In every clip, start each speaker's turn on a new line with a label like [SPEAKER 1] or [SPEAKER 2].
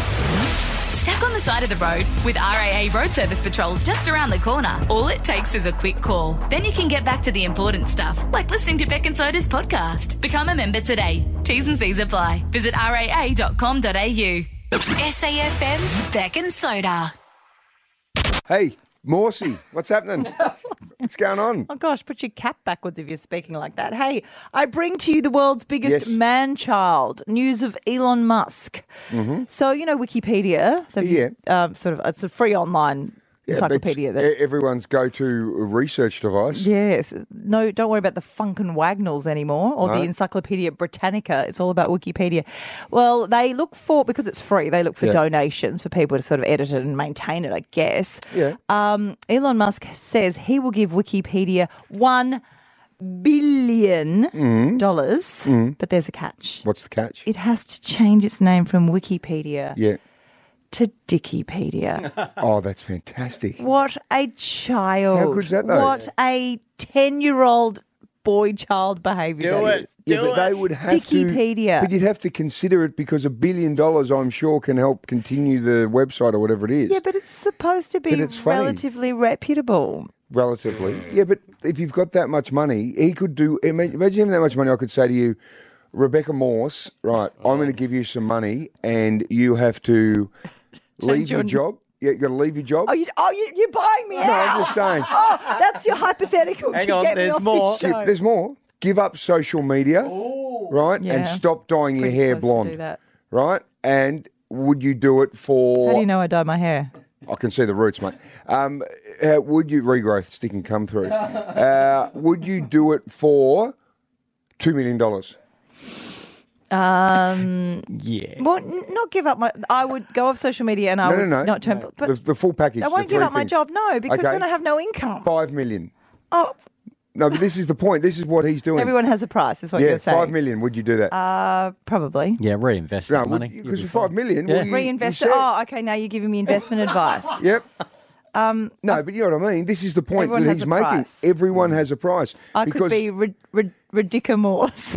[SPEAKER 1] Stuck on the side of the road with RAA road service patrols just around the corner. All it takes is a quick call. Then you can get back to the important stuff, like listening to Beck and Soda's podcast. Become a member today. T's and C's apply. Visit raa.com.au. SAFM's Beck and Soda.
[SPEAKER 2] Hey, Morsey, what's happening? what's going on?
[SPEAKER 3] Oh gosh, put your cap backwards if you're speaking like that. Hey, I bring to you the world's biggest
[SPEAKER 2] Yes.
[SPEAKER 3] man child news of Elon Musk.
[SPEAKER 2] Mm-hmm.
[SPEAKER 3] So you know Wikipedia. So if you, um, sort of it's a free online encyclopedia.
[SPEAKER 2] It's
[SPEAKER 3] That,
[SPEAKER 2] e- everyone's go-to research device.
[SPEAKER 3] yes. No, don't worry about the Funkin' Wagnalls anymore or the Encyclopedia Britannica. It's all about Wikipedia. Well, they look for because it's free. They look for
[SPEAKER 2] Yeah.
[SPEAKER 3] donations for people to sort of edit it and maintain it. I guess.
[SPEAKER 2] Yeah.
[SPEAKER 3] Um, Elon Musk says he will give Wikipedia one billion
[SPEAKER 2] Mm.
[SPEAKER 3] dollars, but there's a catch.
[SPEAKER 2] What's the catch?
[SPEAKER 3] It has to change its name from Wikipedia
[SPEAKER 2] yeah.
[SPEAKER 3] to Dickipedia.
[SPEAKER 2] Oh, that's fantastic.
[SPEAKER 3] what a child!
[SPEAKER 2] How good's that though?
[SPEAKER 3] What a ten-year-old boy child behaviour.
[SPEAKER 4] Do
[SPEAKER 3] that
[SPEAKER 4] it.
[SPEAKER 3] is.
[SPEAKER 2] Yeah,
[SPEAKER 4] Do
[SPEAKER 2] but they
[SPEAKER 4] it.
[SPEAKER 2] would have
[SPEAKER 3] Wikipedia.
[SPEAKER 2] to. But you'd have to consider it because a billion dollars, I'm sure, can help continue the website or whatever it is.
[SPEAKER 3] Yeah, but it's supposed to be
[SPEAKER 2] But it's funny.
[SPEAKER 3] relatively reputable.
[SPEAKER 2] relatively. Yeah, but if you've got that much money, he could do. ima- Imagine having that much money. I could say to you, Rebecca Morse, right? I'm going to give you some money, and you have to leave your,
[SPEAKER 3] your-
[SPEAKER 2] job. Yeah, you got to leave your job.
[SPEAKER 3] Oh, you, oh, you, you're buying me
[SPEAKER 2] no,
[SPEAKER 3] out.
[SPEAKER 2] I'm just saying.
[SPEAKER 3] Oh, that's your hypothetical.
[SPEAKER 4] Hang
[SPEAKER 3] to
[SPEAKER 4] on,
[SPEAKER 3] get me
[SPEAKER 4] there's
[SPEAKER 3] off
[SPEAKER 4] more.
[SPEAKER 3] This
[SPEAKER 2] Give-
[SPEAKER 3] show.
[SPEAKER 2] there's more. Give up social media, right?
[SPEAKER 3] Yeah.
[SPEAKER 2] And stop dyeing your
[SPEAKER 3] Pretty
[SPEAKER 2] hair
[SPEAKER 3] close to do
[SPEAKER 2] blonde,
[SPEAKER 3] that.
[SPEAKER 2] right? And would you do it for?
[SPEAKER 3] How do you know I dye my hair?
[SPEAKER 2] I can see the roots, mate. Um, uh, would you regrowth stick and come through? Uh, would you do it for two million dollars?
[SPEAKER 4] Yeah.
[SPEAKER 3] Well, n- not give up my. I would go off social media and I
[SPEAKER 2] No,
[SPEAKER 3] would
[SPEAKER 2] no, no.
[SPEAKER 3] not turn. But
[SPEAKER 2] The, the full package.
[SPEAKER 3] I
[SPEAKER 2] the
[SPEAKER 3] won't give
[SPEAKER 2] three
[SPEAKER 3] up my
[SPEAKER 2] things.
[SPEAKER 3] job. No, because
[SPEAKER 2] Okay.
[SPEAKER 3] then I have no income.
[SPEAKER 2] Five million.
[SPEAKER 3] Oh,
[SPEAKER 2] No, but this is the point. This is what he's doing.
[SPEAKER 3] everyone has a price. Is what
[SPEAKER 2] yeah,
[SPEAKER 3] you're saying?
[SPEAKER 2] five million. Would you do that?
[SPEAKER 3] Uh, probably
[SPEAKER 4] Yeah, reinvest
[SPEAKER 2] no,
[SPEAKER 4] that money. You'll
[SPEAKER 2] because
[SPEAKER 4] be
[SPEAKER 2] for five
[SPEAKER 4] fine.
[SPEAKER 2] million,
[SPEAKER 4] Yeah.
[SPEAKER 2] well, you,
[SPEAKER 3] reinvest.
[SPEAKER 2] you
[SPEAKER 3] it.
[SPEAKER 2] said-
[SPEAKER 3] Oh, okay. Now you're giving me investment advice.
[SPEAKER 2] Yep. Um, no, but you know what I mean. This is the point
[SPEAKER 3] everyone
[SPEAKER 2] that
[SPEAKER 3] has
[SPEAKER 2] he's
[SPEAKER 3] a
[SPEAKER 2] making.
[SPEAKER 3] price.
[SPEAKER 2] Everyone
[SPEAKER 4] Mm.
[SPEAKER 2] has a price.
[SPEAKER 3] I could
[SPEAKER 2] because
[SPEAKER 3] be rid- rid- ridiculous.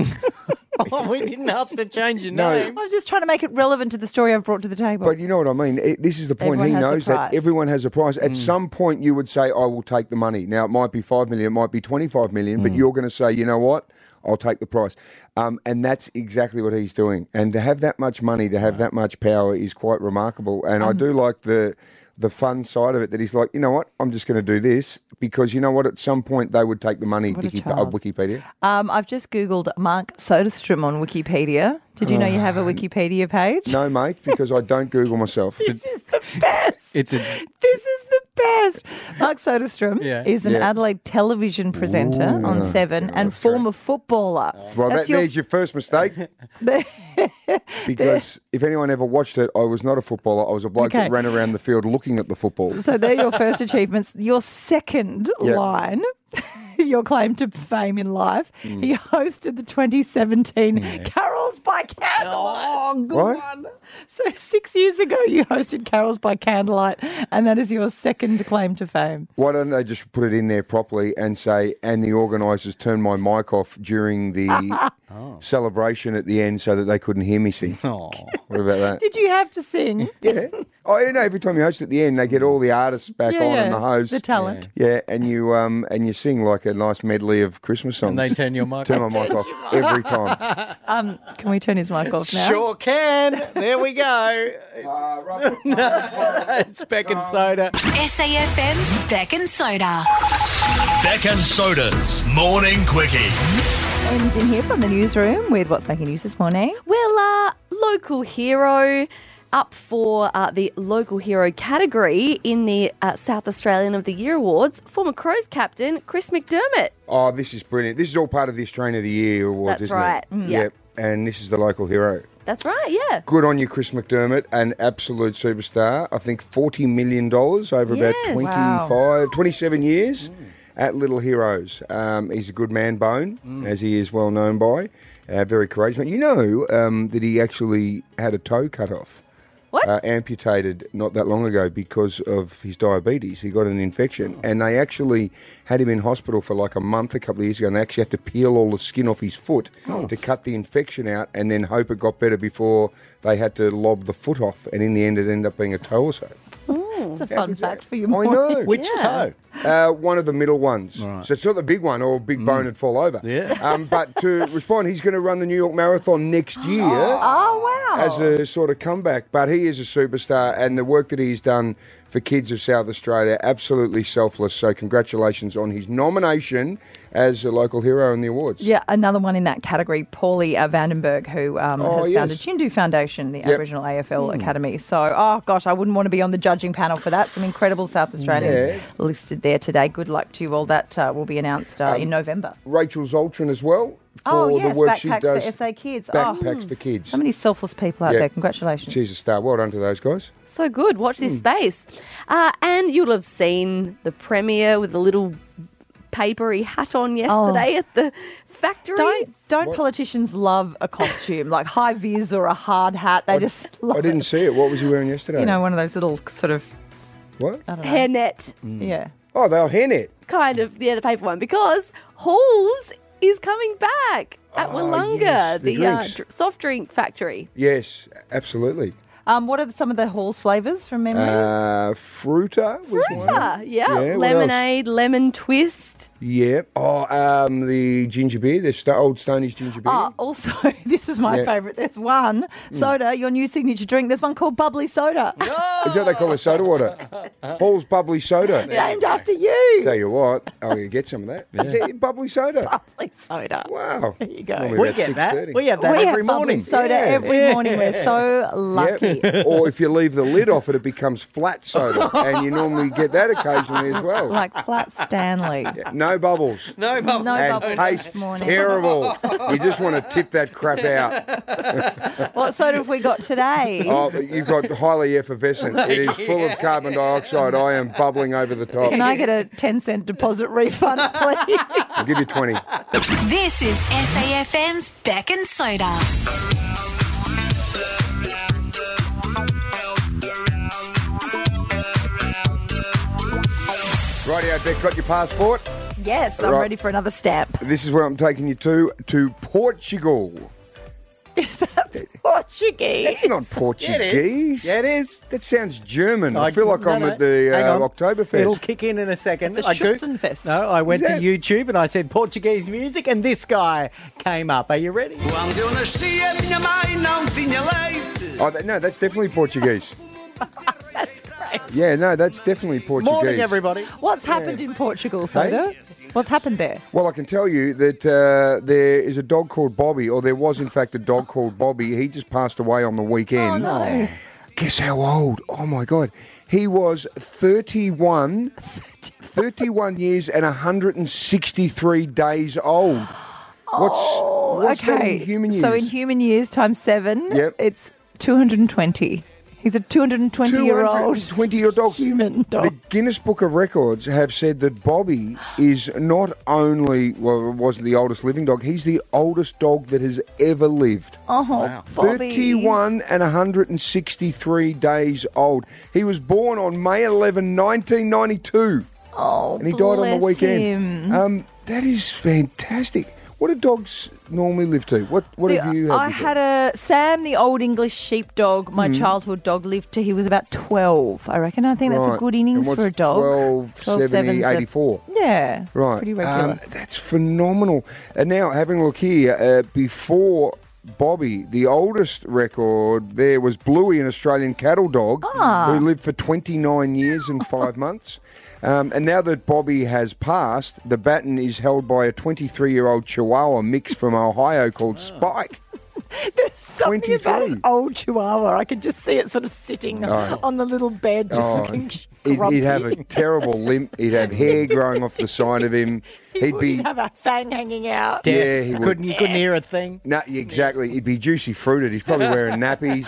[SPEAKER 4] Oh, we didn't ask to change your
[SPEAKER 2] No.
[SPEAKER 4] name.
[SPEAKER 3] I'm just trying to make it relevant to the story I've brought to the table.
[SPEAKER 2] But you know what I mean. It- this is the point.
[SPEAKER 3] Everyone
[SPEAKER 2] he
[SPEAKER 3] has a
[SPEAKER 2] knows that
[SPEAKER 3] price.
[SPEAKER 2] everyone has a price. At some point, you would say, "I will take the money." Now, it might be five million, it might be twenty-five million, but you're going to say, "You know what? I'll take the price." Um, and that's exactly what he's doing. And to have that much money, to have that much power, is quite remarkable. And I do like the the fun side of it. That he's like, you know what? I'm just going to do this because you know what? At some point, they would take the money.
[SPEAKER 3] What a
[SPEAKER 2] Wiki- uh,
[SPEAKER 3] child.
[SPEAKER 2] Wikipedia.
[SPEAKER 3] Um, I've just googled Mark Soderstrom on Wikipedia. Did you know you have a Wikipedia page?
[SPEAKER 2] No, mate, because I don't Google myself.
[SPEAKER 3] This is the best.
[SPEAKER 4] It's a
[SPEAKER 3] This is the best. Mark Soderstrom
[SPEAKER 4] Yeah.
[SPEAKER 3] is an
[SPEAKER 2] Yeah.
[SPEAKER 3] Adelaide television presenter on Seven and
[SPEAKER 2] that's great.
[SPEAKER 3] former footballer.
[SPEAKER 2] Well,
[SPEAKER 3] That's
[SPEAKER 2] that,
[SPEAKER 3] your-
[SPEAKER 2] there's your first mistake. because if anyone ever watched it, I was not a footballer. I was a bloke
[SPEAKER 3] Okay.
[SPEAKER 2] that ran around the field looking at the football.
[SPEAKER 3] so they're your first achievements. Your second
[SPEAKER 2] Yeah.
[SPEAKER 3] line, your claim to fame in life.
[SPEAKER 2] Mm.
[SPEAKER 3] He hosted the 2017 Carols by Candlelight.
[SPEAKER 2] What?
[SPEAKER 3] So six years ago, you hosted Carols by Candlelight, and that is your second claim to fame.
[SPEAKER 2] Why don't they just put it in there properly and say, and the organisers turned my mic off during the celebration at the end so that they couldn't hear me sing?
[SPEAKER 4] oh,
[SPEAKER 2] What about that?
[SPEAKER 3] Did you have to sing?
[SPEAKER 2] yeah. Oh, you know, every time you host at the end, they get all the artists back on and the host.
[SPEAKER 3] the talent.
[SPEAKER 2] yeah, and you um and you sing like a nice medley of Christmas songs.
[SPEAKER 4] and they turn your mic.
[SPEAKER 2] Turn
[SPEAKER 4] off.
[SPEAKER 2] my mic off every time.
[SPEAKER 3] Um, can we turn his mic off now?
[SPEAKER 4] Sure can. There we go.
[SPEAKER 2] Uh, rub-
[SPEAKER 4] It's Beck
[SPEAKER 2] Um,
[SPEAKER 4] and Soda.
[SPEAKER 1] SAFM's Beck and Soda.
[SPEAKER 5] Beck and Soda's Morning Quickie.
[SPEAKER 3] Ends in here from the newsroom with what's making news this morning.
[SPEAKER 6] Well, uh, local hero up for uh, the local hero category in the uh, South Australian of the Year awards. Former Crows captain Chris McDermott.
[SPEAKER 2] Oh, this is brilliant. This is all part of the Australian of the Year awards,
[SPEAKER 6] That's
[SPEAKER 2] isn't
[SPEAKER 6] right.
[SPEAKER 2] it?
[SPEAKER 6] Mm.
[SPEAKER 2] Yeah.
[SPEAKER 6] Yeah.
[SPEAKER 2] And this is the local hero.
[SPEAKER 6] That's right. Yeah.
[SPEAKER 2] Good on you, Chris McDermott, an absolute superstar. I think $40 million over about
[SPEAKER 6] Yes.
[SPEAKER 2] 25, 27 years at Little Heroes. Um, he's a good man bone, as he is well known by. Uh, very courageous. You know um, that he actually had a toe cut off
[SPEAKER 6] What?
[SPEAKER 2] Uh, amputated not that long ago because of his diabetes. He got an infection, and they actually had him in hospital for like a month a couple of years ago, and they actually had to peel all the skin off his foot to cut the infection out, and then hope it got better before they had to lob the foot off. And in the end, it ended up being a toe or so.
[SPEAKER 3] It's a fun fact for you,
[SPEAKER 2] I
[SPEAKER 3] Morning.
[SPEAKER 2] know.
[SPEAKER 4] Which toe?
[SPEAKER 2] Uh, one of the middle ones. So it's not the big one or big bone and fall over.
[SPEAKER 4] Yeah.
[SPEAKER 2] Um, but to respond, he's going to run the New York Marathon next year
[SPEAKER 3] Oh, wow.
[SPEAKER 2] as a sort of comeback. But he is a superstar, and the work that he's done for kids of South Australia, absolutely selfless. So congratulations on his nomination as a local hero in the awards.
[SPEAKER 3] Yeah, another one in that category, Paulie uh, Vandenberg, who um,
[SPEAKER 2] Oh,
[SPEAKER 3] has
[SPEAKER 2] yes. Hmm.
[SPEAKER 3] founded Chindu Foundation, the Aboriginal AFL Academy. So, oh gosh, I wouldn't want to be on the judging panel for that. Some incredible South Australians listed there today. Good luck to you all. That uh, will be announced uh, in November.
[SPEAKER 2] Rachel Zoltran as well Um, for
[SPEAKER 3] Oh, yes,
[SPEAKER 2] the work she
[SPEAKER 3] backpacks
[SPEAKER 2] does.
[SPEAKER 3] for SA kids. Oh,
[SPEAKER 2] Backpacks for kids.
[SPEAKER 3] so many selfless people out
[SPEAKER 2] Yeah.
[SPEAKER 3] there. Congratulations.
[SPEAKER 2] She's a star. Well done to those guys.
[SPEAKER 6] So good. Watch this space. Uh, and you'll have seen the premiere with the little papery hat on yesterday at the factory.
[SPEAKER 3] Don't don't politicians love a costume like high vis or a hard hat? They just love
[SPEAKER 2] I didn't
[SPEAKER 3] it.
[SPEAKER 2] see it. What was he wearing yesterday?
[SPEAKER 3] You know, one of those little sort of
[SPEAKER 2] what?
[SPEAKER 3] I don't know.
[SPEAKER 6] Hairnet,
[SPEAKER 3] Yeah.
[SPEAKER 2] Oh, they'll hen it.
[SPEAKER 6] kind of, yeah, the paper one, because Halls is coming back at
[SPEAKER 2] Oh,
[SPEAKER 6] Wollonga,
[SPEAKER 2] yes, the
[SPEAKER 6] the uh,
[SPEAKER 2] drinks.
[SPEAKER 6] dr- soft drink factory.
[SPEAKER 2] Yes, absolutely.
[SPEAKER 3] Um, what are some of the Halls flavours from memory?
[SPEAKER 2] Uh, Fruta was one.
[SPEAKER 6] Ah, yeah,
[SPEAKER 2] Yeah, what else?
[SPEAKER 6] lemonade, lemon twist.
[SPEAKER 2] Yeah. Oh, um, the ginger beer, the st- old Stony's ginger beer.
[SPEAKER 3] Ah, also, this is my
[SPEAKER 2] Yeah. Mm.
[SPEAKER 3] favourite. There's one soda, your new signature drink. There's one called Bubbly Soda,
[SPEAKER 2] Is that what they call it? Soda water. Hall's bubbly soda.
[SPEAKER 3] named after you.
[SPEAKER 2] Tell you what, I'm gonna get some of that. Is it bubbly soda?
[SPEAKER 3] Bubbly Soda.
[SPEAKER 2] Wow.
[SPEAKER 3] There you go.
[SPEAKER 2] Normally
[SPEAKER 4] We
[SPEAKER 2] about
[SPEAKER 4] get that.
[SPEAKER 2] 6:30.
[SPEAKER 4] We have that
[SPEAKER 3] we
[SPEAKER 4] every
[SPEAKER 3] have bubbly
[SPEAKER 4] morning.
[SPEAKER 3] soda
[SPEAKER 2] Yeah.
[SPEAKER 3] every morning. We're so lucky.
[SPEAKER 2] Yep. or if you leave the lid off it, it becomes flat soda, and you normally get that occasionally as well.
[SPEAKER 3] Like flat Stanley.
[SPEAKER 2] no bubbles.
[SPEAKER 4] No, Bob.
[SPEAKER 3] No
[SPEAKER 2] and
[SPEAKER 3] bubbles
[SPEAKER 2] tastes
[SPEAKER 3] this morning.
[SPEAKER 2] terrible. you just want to tip that crap out.
[SPEAKER 3] What soda have we got today?
[SPEAKER 2] Oh, but you've got highly effervescent. It is full of carbon dioxide. I am bubbling over the top.
[SPEAKER 3] Can I get a 10 cent deposit refund, please?
[SPEAKER 2] I'll give you 20.
[SPEAKER 1] This is SAFM's Beck and Soda.
[SPEAKER 2] Rightio, Beck, got your passport?
[SPEAKER 3] yes, I'm
[SPEAKER 2] Right.
[SPEAKER 3] ready for another stamp.
[SPEAKER 2] This is where I'm taking you to, to Portugal.
[SPEAKER 3] Is that Portuguese?
[SPEAKER 2] That's not Portuguese.
[SPEAKER 4] Yeah, it is.
[SPEAKER 2] That sounds German. I,
[SPEAKER 4] I-
[SPEAKER 2] feel like
[SPEAKER 4] no,
[SPEAKER 2] I'm
[SPEAKER 4] no,
[SPEAKER 2] at the
[SPEAKER 4] hang
[SPEAKER 2] uh,
[SPEAKER 4] on. It'll
[SPEAKER 2] Oktoberfest.
[SPEAKER 4] kick in in a second.
[SPEAKER 3] At the
[SPEAKER 4] I go-
[SPEAKER 3] Schützenfest.
[SPEAKER 4] No, I went
[SPEAKER 2] Is
[SPEAKER 4] to
[SPEAKER 2] that-
[SPEAKER 4] YouTube and I said Portuguese music, and this guy came up. Are you ready?
[SPEAKER 5] Quando eu nasci, a minha mãe não tinha leite.
[SPEAKER 2] Oh, that, no, that's definitely Portuguese.
[SPEAKER 3] That's great.
[SPEAKER 2] Yeah, no, that's definitely Portuguese.
[SPEAKER 4] Morning, everybody.
[SPEAKER 3] What's happened in Portugal, soda? What's happened there?
[SPEAKER 2] Well, I can tell you that uh, there is a dog called Bobby, or there was, in fact, a dog called Bobby. He just passed away on the weekend.
[SPEAKER 3] Oh, no.
[SPEAKER 2] Guess how old? Oh, my God. He was 31, 31 years and 163 days old. What's, what's that in human years?
[SPEAKER 3] Oh, So in human years times seven,
[SPEAKER 2] Yep.
[SPEAKER 3] it's 220. He's a 220 year old
[SPEAKER 2] 220 year dog.
[SPEAKER 3] human
[SPEAKER 2] The
[SPEAKER 3] dog.
[SPEAKER 2] Guinness Book of Records have said that Bobby is not only well wasn't the oldest living dog, he's the oldest dog that has ever lived.
[SPEAKER 3] Oh, Bobby.
[SPEAKER 2] 31 and 163 days old. He was born on May 11, 1992,
[SPEAKER 3] Oh,
[SPEAKER 2] and he died on the
[SPEAKER 3] bless
[SPEAKER 2] weekend.
[SPEAKER 3] him.
[SPEAKER 2] Um, that is fantastic. What do dogs normally live to? What What
[SPEAKER 3] The-
[SPEAKER 2] have Hmm. you had?
[SPEAKER 3] I had a Sam, the old English sheepdog, my childhood dog, lived till he was about 12, I reckon. I think that's a good innings for a dog.
[SPEAKER 2] 12, 70,
[SPEAKER 3] seven's a-
[SPEAKER 2] 84.
[SPEAKER 3] Yeah.
[SPEAKER 2] Right.
[SPEAKER 3] Pretty
[SPEAKER 2] Um,
[SPEAKER 3] regular.
[SPEAKER 2] that's phenomenal. And now, having a look here, uh, before Bobby, the oldest record there was Bluey, an Australian cattle dog
[SPEAKER 3] Ah.
[SPEAKER 2] who lived for 29 years and five months. Um, and now that Bobby has passed, the baton is held by a 23 year old Chihuahua mix from Ohio called Spike.
[SPEAKER 3] Something about
[SPEAKER 2] 23.
[SPEAKER 3] an old chihuahua. I could just see it sort of sitting on the little bed, just
[SPEAKER 2] Oh,
[SPEAKER 3] looking
[SPEAKER 2] He'd,
[SPEAKER 3] grumpy.
[SPEAKER 2] he'd have a terrible limp. He'd have hair growing off the side of him. He'd
[SPEAKER 3] would
[SPEAKER 2] be
[SPEAKER 3] have a fang hanging out.
[SPEAKER 2] Yeah,
[SPEAKER 4] Deaf.
[SPEAKER 2] he would.
[SPEAKER 4] couldn't you couldn't hear a thing.
[SPEAKER 2] No, yeah, exactly. He'd be juicy fruited. He's probably wearing nappies.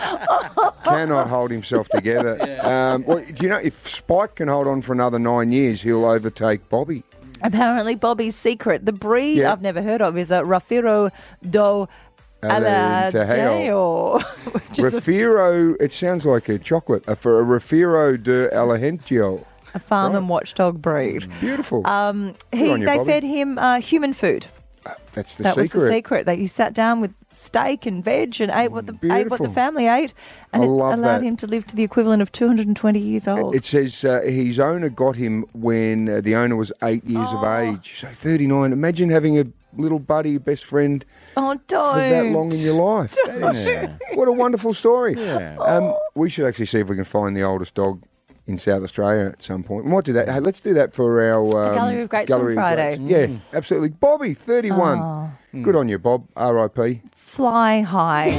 [SPEAKER 2] Cannot hold himself together. Um, well, do you know if Spike can hold on for another nine years, he'll overtake Bobby.
[SPEAKER 3] Apparently, Bobby's secret. The breed
[SPEAKER 2] Yeah.
[SPEAKER 3] I've never heard of is a Rafiro do Ala Jail. Which is a,
[SPEAKER 2] Refiro, it sounds like a chocolate uh, for a Refiro de Alejandro.
[SPEAKER 3] a farm and watchdog breed.
[SPEAKER 2] Beautiful.
[SPEAKER 3] Um,
[SPEAKER 2] Good
[SPEAKER 3] he,
[SPEAKER 2] Mm. on you,
[SPEAKER 3] they
[SPEAKER 2] Bobby.
[SPEAKER 3] fed him uh, human food.
[SPEAKER 2] Uh, That's the
[SPEAKER 3] that
[SPEAKER 2] secret.
[SPEAKER 3] was the secret. That he sat down with steak and veg and ate what the ate what
[SPEAKER 2] Beautiful.
[SPEAKER 3] the family ate, and
[SPEAKER 2] I
[SPEAKER 3] it
[SPEAKER 2] love
[SPEAKER 3] allowed
[SPEAKER 2] that.
[SPEAKER 3] him to live to the equivalent of 220 years old.
[SPEAKER 2] It says uh, his owner got him when uh, the owner was eight years
[SPEAKER 3] Oh.
[SPEAKER 2] of age. So 39. Imagine having a little buddy, best friend
[SPEAKER 3] oh, don't
[SPEAKER 2] for that long in your life. That is- What a wonderful story.
[SPEAKER 4] Yeah.
[SPEAKER 2] Um, we should actually see if we can find the oldest dog in South Australia at some point. We might do that. Hey, let's do that for our um,
[SPEAKER 3] Gallery of Greats on Friday. Mm. Oh.
[SPEAKER 2] Greats. Yeah, absolutely. Bobby, 31. Good on you, Bob. R.I.P.
[SPEAKER 3] Fly high.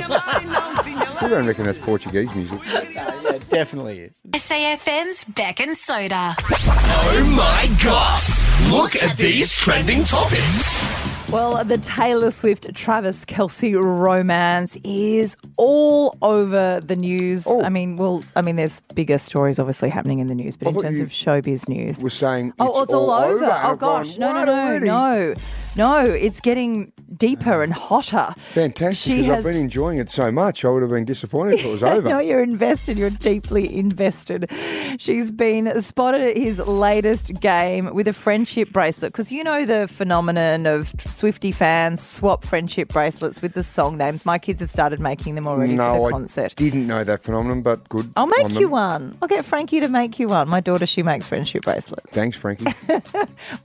[SPEAKER 2] Still don't reckon that's Portuguese music.
[SPEAKER 4] yeah, definitely is.
[SPEAKER 1] SAFM's Beck and Soda.
[SPEAKER 5] Oh my gosh! Look at these trending topics.
[SPEAKER 3] Well, the Taylor Swift Travis Kelsey romance is all over the news.
[SPEAKER 2] Oh.
[SPEAKER 3] I mean, well, I mean, there's bigger stories obviously happening in the news, but
[SPEAKER 2] I
[SPEAKER 3] in
[SPEAKER 2] thought
[SPEAKER 3] terms
[SPEAKER 2] you
[SPEAKER 3] of showbiz news,
[SPEAKER 2] We're saying it's,
[SPEAKER 3] oh, it's all, over.
[SPEAKER 2] And
[SPEAKER 3] Oh
[SPEAKER 2] I've gone,
[SPEAKER 3] gosh, no, no,
[SPEAKER 2] "What
[SPEAKER 3] no, no,
[SPEAKER 2] already?"
[SPEAKER 3] no. It's getting deeper and hotter.
[SPEAKER 2] Fantastic, because I've been enjoying it so much. I would have been disappointed if it was over.
[SPEAKER 3] No, you're invested. You're deeply invested. She's been spotted at his latest game with a friendship bracelet because you know the phenomenon of Swifty fans swap friendship bracelets with the song names. My kids have started making them already for
[SPEAKER 2] no,
[SPEAKER 3] the
[SPEAKER 2] I
[SPEAKER 3] concert.
[SPEAKER 2] didn't know that phenomenon, but good.
[SPEAKER 3] I'll make
[SPEAKER 2] on
[SPEAKER 3] you
[SPEAKER 2] them.
[SPEAKER 3] one. I'll get Frankie to make you one. My daughter, she makes friendship bracelets.
[SPEAKER 2] Thanks, Frankie.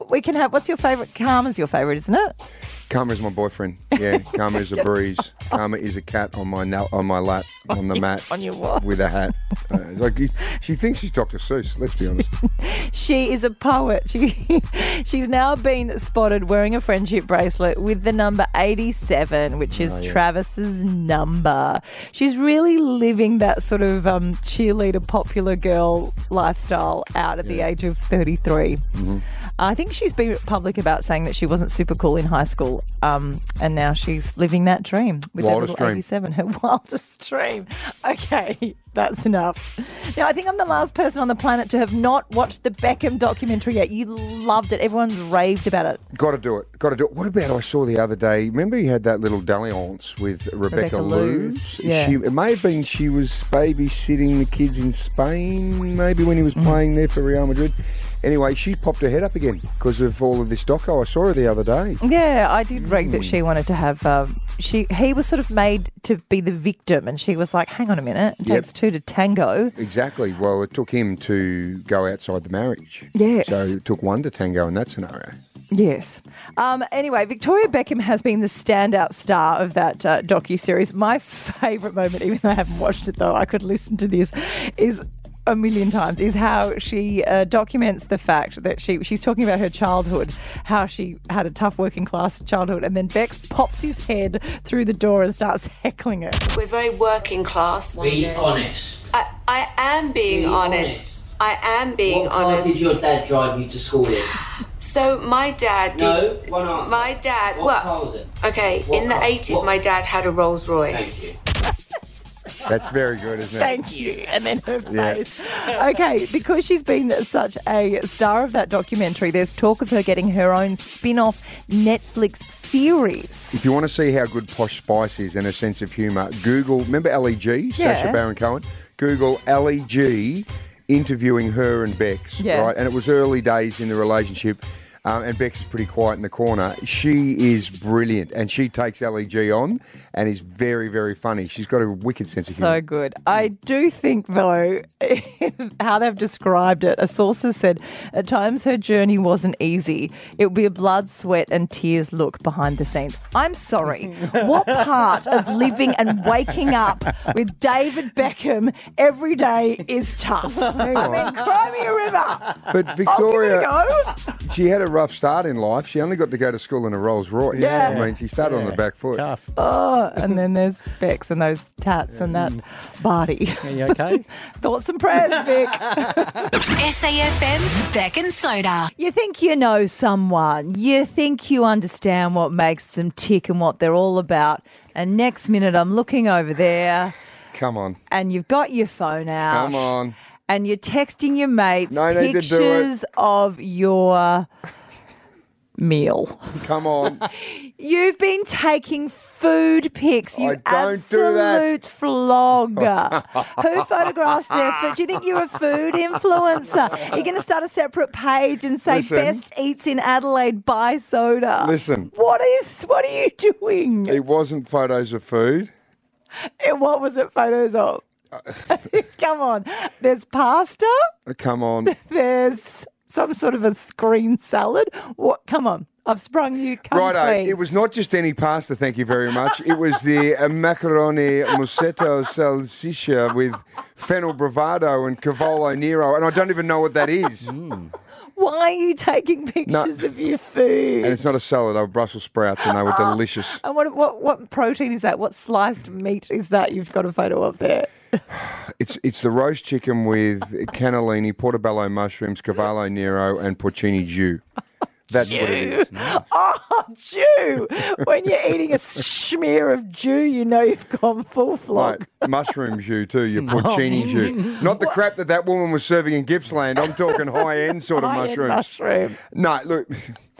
[SPEAKER 3] We can have. What's your favorite? Karma's your favorite, isn't it?
[SPEAKER 2] Karma is my boyfriend. Yeah, Karma is a breeze. Karma is a cat on my na- on my lap on the mat
[SPEAKER 3] on your what?
[SPEAKER 2] with a hat. Uh, it's like he- she thinks she's Dr. Seuss. Let's be honest.
[SPEAKER 3] She is a poet. She, she's now been spotted wearing a friendship bracelet with the number 87, which is Travis's number. She's really living that sort of um, cheerleader, popular girl lifestyle out at the age of 33. I think she's been public about saying that she wasn't super cool in high school, um, and now she's living that dream with
[SPEAKER 2] Wildest
[SPEAKER 3] her little
[SPEAKER 2] dream.
[SPEAKER 3] 87, her wildest dream. Okay, that's enough. Now, I think I'm the last person on the planet to have not watched the Beckham documentary yet. You loved it. Everyone's raved about it.
[SPEAKER 2] Got to do it. Got to do it. What about I saw the other day? Remember you had that little dalliance with
[SPEAKER 3] Rebecca
[SPEAKER 2] Rebecca, Luz?
[SPEAKER 3] Luz, yeah.
[SPEAKER 2] She, it may have been she was babysitting the kids in Spain, maybe when he
[SPEAKER 3] Mm.
[SPEAKER 2] was playing there for Real Madrid. Anyway, she popped her head up again because of all of this doco. I saw her the other day.
[SPEAKER 3] Yeah, I did rag
[SPEAKER 2] Mm.
[SPEAKER 3] that she wanted to have. Um, she he was sort of made to be the victim, and she was like, "Hang on a minute, it
[SPEAKER 2] Yep.
[SPEAKER 3] takes two to tango."
[SPEAKER 2] Exactly. Well, it took him to go outside the marriage.
[SPEAKER 3] Yes.
[SPEAKER 2] So it took one to tango in that scenario.
[SPEAKER 3] Yes. Um, anyway, Victoria Beckham has been the standout star of that uh, docu series. My favourite moment, even though I haven't watched it though, I could listen to this, is a million times is how she uh, documents the fact that she she's talking about her childhood, how she had a tough working class childhood, and then Bex pops his head through the door and starts heckling her.
[SPEAKER 7] We're very working class.
[SPEAKER 8] Be honest.
[SPEAKER 7] I, I am being
[SPEAKER 8] Be
[SPEAKER 7] honest.
[SPEAKER 8] honest.
[SPEAKER 7] I am being
[SPEAKER 8] what car
[SPEAKER 7] honest.
[SPEAKER 8] did your dad drive you to school in?
[SPEAKER 7] so my dad did.
[SPEAKER 8] No, one answer.
[SPEAKER 7] My dad.
[SPEAKER 8] What
[SPEAKER 7] well,
[SPEAKER 8] car was it?
[SPEAKER 7] Okay,
[SPEAKER 8] What
[SPEAKER 7] in the
[SPEAKER 8] car?
[SPEAKER 7] 80s,
[SPEAKER 8] What-
[SPEAKER 7] my dad had a Rolls Royce.
[SPEAKER 8] Thank you.
[SPEAKER 2] That's very good, isn't it?
[SPEAKER 3] Thank you. And then her face. Okay, because she's been such a star of that documentary, there's talk of her getting her own spin off Netflix series.
[SPEAKER 2] If you want to see how good Posh Spice is and her sense of humour, Google, remember Ali G, Sasha
[SPEAKER 3] Yeah.
[SPEAKER 2] Baron Cohen? Google Ali G interviewing her and Bex,
[SPEAKER 3] Yeah.
[SPEAKER 2] right? And it was early days in the relationship. Um, and Bex is pretty quiet in the corner. She is brilliant, and she takes Ali G on, and is very, very funny. She's got a wicked sense of humour.
[SPEAKER 3] So good. I do think, though, how they've described it, a source has said at times her journey wasn't easy. It would be a blood, sweat, and tears look behind the scenes. I'm sorry. what part of living and waking up with David Beckham every day is tough? I
[SPEAKER 2] Hang on.
[SPEAKER 3] mean, cry me a river.
[SPEAKER 2] But
[SPEAKER 3] Victoria.
[SPEAKER 2] Victoria, she had a rough start in life. She only got to go to school in a Rolls Royce.
[SPEAKER 3] Yeah.
[SPEAKER 2] I mean, she started on the back foot.
[SPEAKER 4] Tough.
[SPEAKER 3] and then there's Bex and those tats and
[SPEAKER 2] Mm.
[SPEAKER 3] that body.
[SPEAKER 4] Are you okay?
[SPEAKER 3] Thoughts and prayers, Vic.
[SPEAKER 1] SAFM's Beck and Soda.
[SPEAKER 3] you think you know someone. You think you understand what makes them tick and what they're all about. And next minute, I'm looking over there,
[SPEAKER 2] Come on.
[SPEAKER 3] and you've got your phone out.
[SPEAKER 2] Come on.
[SPEAKER 3] And you're texting your mates
[SPEAKER 2] No need to do it.
[SPEAKER 3] pictures of your meal.
[SPEAKER 2] Come on.
[SPEAKER 3] You've been taking food pics, you
[SPEAKER 2] I don't do that.
[SPEAKER 3] absolute flogger. Who photographs their food? Do you think you're a food influencer? You're going to start a separate page and say
[SPEAKER 2] Listen.
[SPEAKER 3] best eats in Adelaide buy soda.
[SPEAKER 2] Listen.
[SPEAKER 3] What is what are you doing?
[SPEAKER 2] it wasn't photos of food.
[SPEAKER 3] And what was it photos of?
[SPEAKER 2] Uh.
[SPEAKER 3] Come on. There's pasta,
[SPEAKER 2] Come on.
[SPEAKER 3] there's some sort of a green salad. What come on. I've sprung you come
[SPEAKER 2] Righto.
[SPEAKER 3] clean.
[SPEAKER 2] It was not just any pasta, thank you very much. It was the uh, macaroni musetto salsiccia with fennel bravado and cavolo nero. And I don't even know what that is.
[SPEAKER 3] Mm. Why are you taking pictures of your food?
[SPEAKER 2] And it's not a salad, they were Brussels sprouts and they were
[SPEAKER 3] Oh.
[SPEAKER 2] delicious.
[SPEAKER 3] And what, what what protein is that? What sliced meat is that you've got a photo of there?
[SPEAKER 2] It's it's the roast chicken with cannellini, portobello mushrooms, cavallo nero, and porcini jus. That's what it is.
[SPEAKER 3] Oh, Jew! when you're eating a smear of Jew, you know you've gone full flog.
[SPEAKER 2] Right, mushroom jus too, your
[SPEAKER 3] Oh,
[SPEAKER 2] porcini jus. Not the crap that that woman was serving in Gippsland. I'm talking high end sort of
[SPEAKER 3] High-end
[SPEAKER 2] mushrooms.
[SPEAKER 3] mushroom.
[SPEAKER 2] No, look,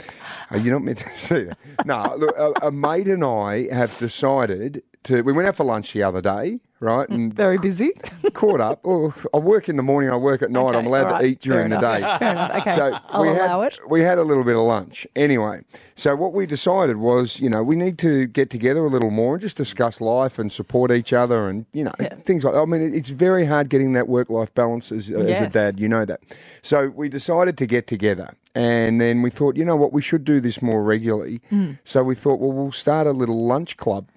[SPEAKER 2] are you not meant to see that. No, look, a, a mate and I have decided to. We went out for lunch the other day, right? And
[SPEAKER 3] Very busy.
[SPEAKER 2] caught up. Oh, I work in the morning, I work at night.
[SPEAKER 3] Okay,
[SPEAKER 2] I'm allowed
[SPEAKER 3] all right,
[SPEAKER 2] to eat during
[SPEAKER 3] fair
[SPEAKER 2] the
[SPEAKER 3] enough,
[SPEAKER 2] day.
[SPEAKER 3] Fair enough. Okay,
[SPEAKER 2] So
[SPEAKER 3] I'll
[SPEAKER 2] we
[SPEAKER 3] allow
[SPEAKER 2] had
[SPEAKER 3] it.
[SPEAKER 2] we had a little bit of lunch anyway. So what we decided was, you know, we need to get together a little more and just discuss life and support each other and you know things like. I mean, it- it's very hard getting that work life balance as, as a
[SPEAKER 3] Yes.
[SPEAKER 2] dad. You know that. So we decided to get together. And then we thought, you know what, we should do this more regularly.
[SPEAKER 3] Mm.
[SPEAKER 2] So we thought, well, we'll start a little lunch club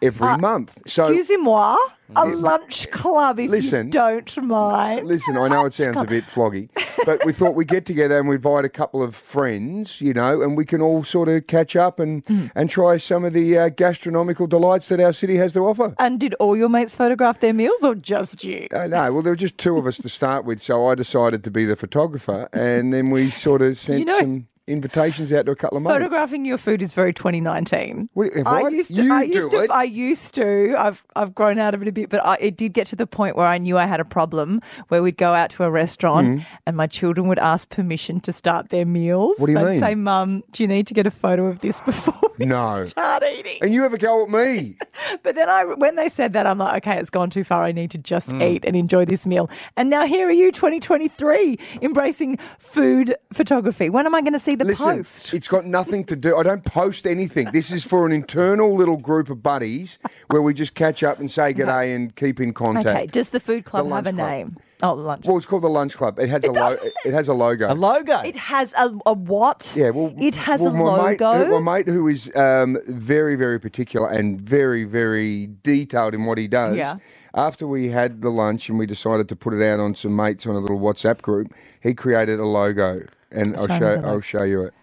[SPEAKER 2] every month. So
[SPEAKER 3] Uh, Excuse moi, a lunch club if
[SPEAKER 2] Listen.
[SPEAKER 3] you don't mind.
[SPEAKER 2] Listen, I know it sounds a bit floggy, but we thought we'd get together and we invite a couple of friends, you know, and we can all sort of catch up and,
[SPEAKER 3] Hmm.
[SPEAKER 2] and try some of the uh, gastronomical delights that our city has to offer.
[SPEAKER 3] And did all your mates photograph their meals or just you?
[SPEAKER 2] I know. Well, there were just two of us to start with, so I decided to be the photographer, and then we sort of sent
[SPEAKER 3] You know-
[SPEAKER 2] some invitations out to a couple of Uh, mates.
[SPEAKER 3] Photographing your food is very 2019.
[SPEAKER 2] What- have
[SPEAKER 3] I
[SPEAKER 2] I-
[SPEAKER 3] used to.
[SPEAKER 2] you
[SPEAKER 3] I used
[SPEAKER 2] do
[SPEAKER 3] to.
[SPEAKER 2] it.
[SPEAKER 3] I used to. I've I've grown out of it a bit, but I, it did get to the point where I knew I had a problem. Where we'd go out to a restaurant,
[SPEAKER 2] Mm.
[SPEAKER 3] and my children would ask permission to start their meals.
[SPEAKER 2] What do you
[SPEAKER 3] They'd
[SPEAKER 2] mean?
[SPEAKER 3] say, "Mum, do you need to get a photo of this before we
[SPEAKER 2] No.
[SPEAKER 3] start eating?"
[SPEAKER 2] And you have a go at me.
[SPEAKER 3] But then I, when they said that, I'm like, okay, it's gone too far. I need to just eat and enjoy this meal. And now here are you, 2023, embracing food photography. When am I going to see the
[SPEAKER 2] Listen,
[SPEAKER 3] post?
[SPEAKER 2] it's got nothing to do. I don't post anything. This is for an internal little group of buddies where we just catch up and say good day and keep in contact.
[SPEAKER 3] Okay, does the food club have
[SPEAKER 2] lunch
[SPEAKER 3] a
[SPEAKER 2] club.
[SPEAKER 3] name? Oh, lunch.
[SPEAKER 2] Well, it's called the Lunch Club. It has a lo- it has a
[SPEAKER 4] A
[SPEAKER 2] logo.
[SPEAKER 4] logo.
[SPEAKER 3] it has a, a what?
[SPEAKER 2] yeah, well,
[SPEAKER 3] it has
[SPEAKER 2] well,
[SPEAKER 3] a
[SPEAKER 2] my mate-
[SPEAKER 3] logo.
[SPEAKER 2] uh, my mate, who is um, very, very particular and very, very detailed in what he does.
[SPEAKER 3] Yeah.
[SPEAKER 2] After we had the lunch and we decided to put it out on some mates on a little WhatsApp group, he created a logo, and I'll
[SPEAKER 3] Show me
[SPEAKER 2] show
[SPEAKER 3] the logo.
[SPEAKER 2] I'll show you it.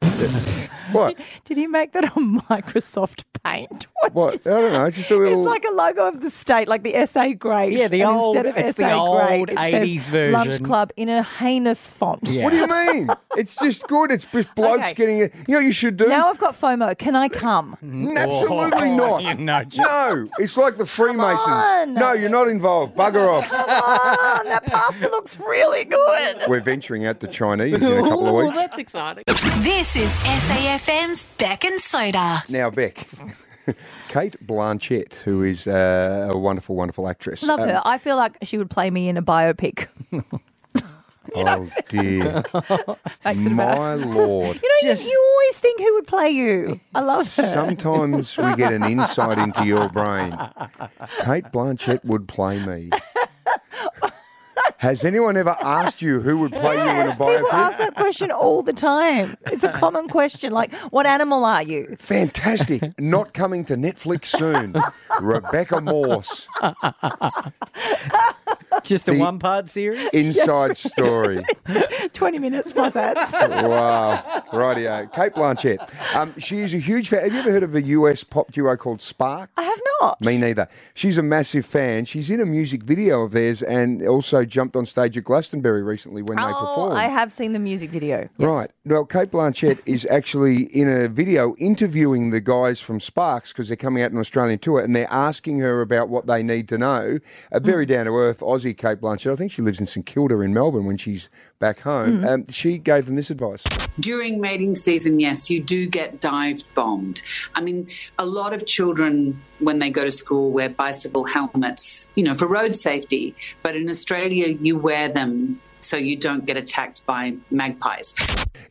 [SPEAKER 2] what?
[SPEAKER 3] Did he make that on Microsoft Paint? What?
[SPEAKER 2] What? I don't know. It's just a little.
[SPEAKER 3] It's like a logo of the state, like the SA grade.
[SPEAKER 4] Yeah, the
[SPEAKER 3] and
[SPEAKER 4] old-
[SPEAKER 3] instead of
[SPEAKER 4] it's the
[SPEAKER 3] SA
[SPEAKER 4] old
[SPEAKER 3] grade, it says
[SPEAKER 4] 80s version.
[SPEAKER 3] Lunch club in a heinous font.
[SPEAKER 4] Yeah.
[SPEAKER 2] what do you mean? it's just good. It's just blokes
[SPEAKER 3] Okay.
[SPEAKER 2] getting it. You know what you should do?
[SPEAKER 3] Now I've got FOMO. Can I come?
[SPEAKER 2] Absolutely
[SPEAKER 4] Oh,
[SPEAKER 2] not.
[SPEAKER 4] you know, John.
[SPEAKER 2] no, it's like the Freemasons.
[SPEAKER 3] on.
[SPEAKER 2] No, you're not involved. Bugger off.
[SPEAKER 3] oh, that pasta looks really good.
[SPEAKER 2] We're venturing out to Chinese in a couple of weeks.
[SPEAKER 1] This is SAFM's Beck and Soda.
[SPEAKER 2] Now, Beck. Kate Blanchett, who is uh, a wonderful, wonderful actress.
[SPEAKER 3] Love
[SPEAKER 2] Um,
[SPEAKER 3] her. I feel like she would play me in a biopic.
[SPEAKER 2] Oh, dear.
[SPEAKER 3] Makes it about.
[SPEAKER 2] My lord.
[SPEAKER 3] You know, you- you always think who would play you. I love her.
[SPEAKER 2] Sometimes we get an insight into your brain. Kate Blanchett would play me. Has anyone ever asked you who would play
[SPEAKER 3] Yes,
[SPEAKER 2] you in a
[SPEAKER 3] people
[SPEAKER 2] biopic?
[SPEAKER 3] ask that question all the time. It's a common question. Like, what animal are you?
[SPEAKER 2] Fantastic. Not coming to Netflix soon. Rebecca Morse.
[SPEAKER 4] Just a
[SPEAKER 2] The-
[SPEAKER 4] one part series?
[SPEAKER 2] Inside story.
[SPEAKER 3] 20 minutes plus ads.
[SPEAKER 2] Wow. Rightio. Kate Blanchett. Um, she is a huge fan. Have you ever heard of a US pop duo called Sparks?
[SPEAKER 3] I have not.
[SPEAKER 2] Me neither. She's a massive fan. She's in a music video of theirs and also jumped on stage at Glastonbury recently when they
[SPEAKER 3] Oh,
[SPEAKER 2] performed.
[SPEAKER 3] I have seen the music video.
[SPEAKER 2] Right. Well, Kate Blanchett is actually in a video interviewing the guys from Sparks
[SPEAKER 3] Mm.
[SPEAKER 2] because they're coming out on an Australian tour and they're asking her about what they need to know. A very down to earth Aussie Aussie, Kate Blanchett, I think she lives in St Kilda in Melbourne when she's back home,
[SPEAKER 3] Mm.
[SPEAKER 2] um, she gave them this advice.
[SPEAKER 9] During mating season, yes, you do get dived bombed. I mean, a lot of children, when they go to school, wear bicycle helmets, you know, for road safety. But in Australia, you wear them so you don't get attacked by magpies.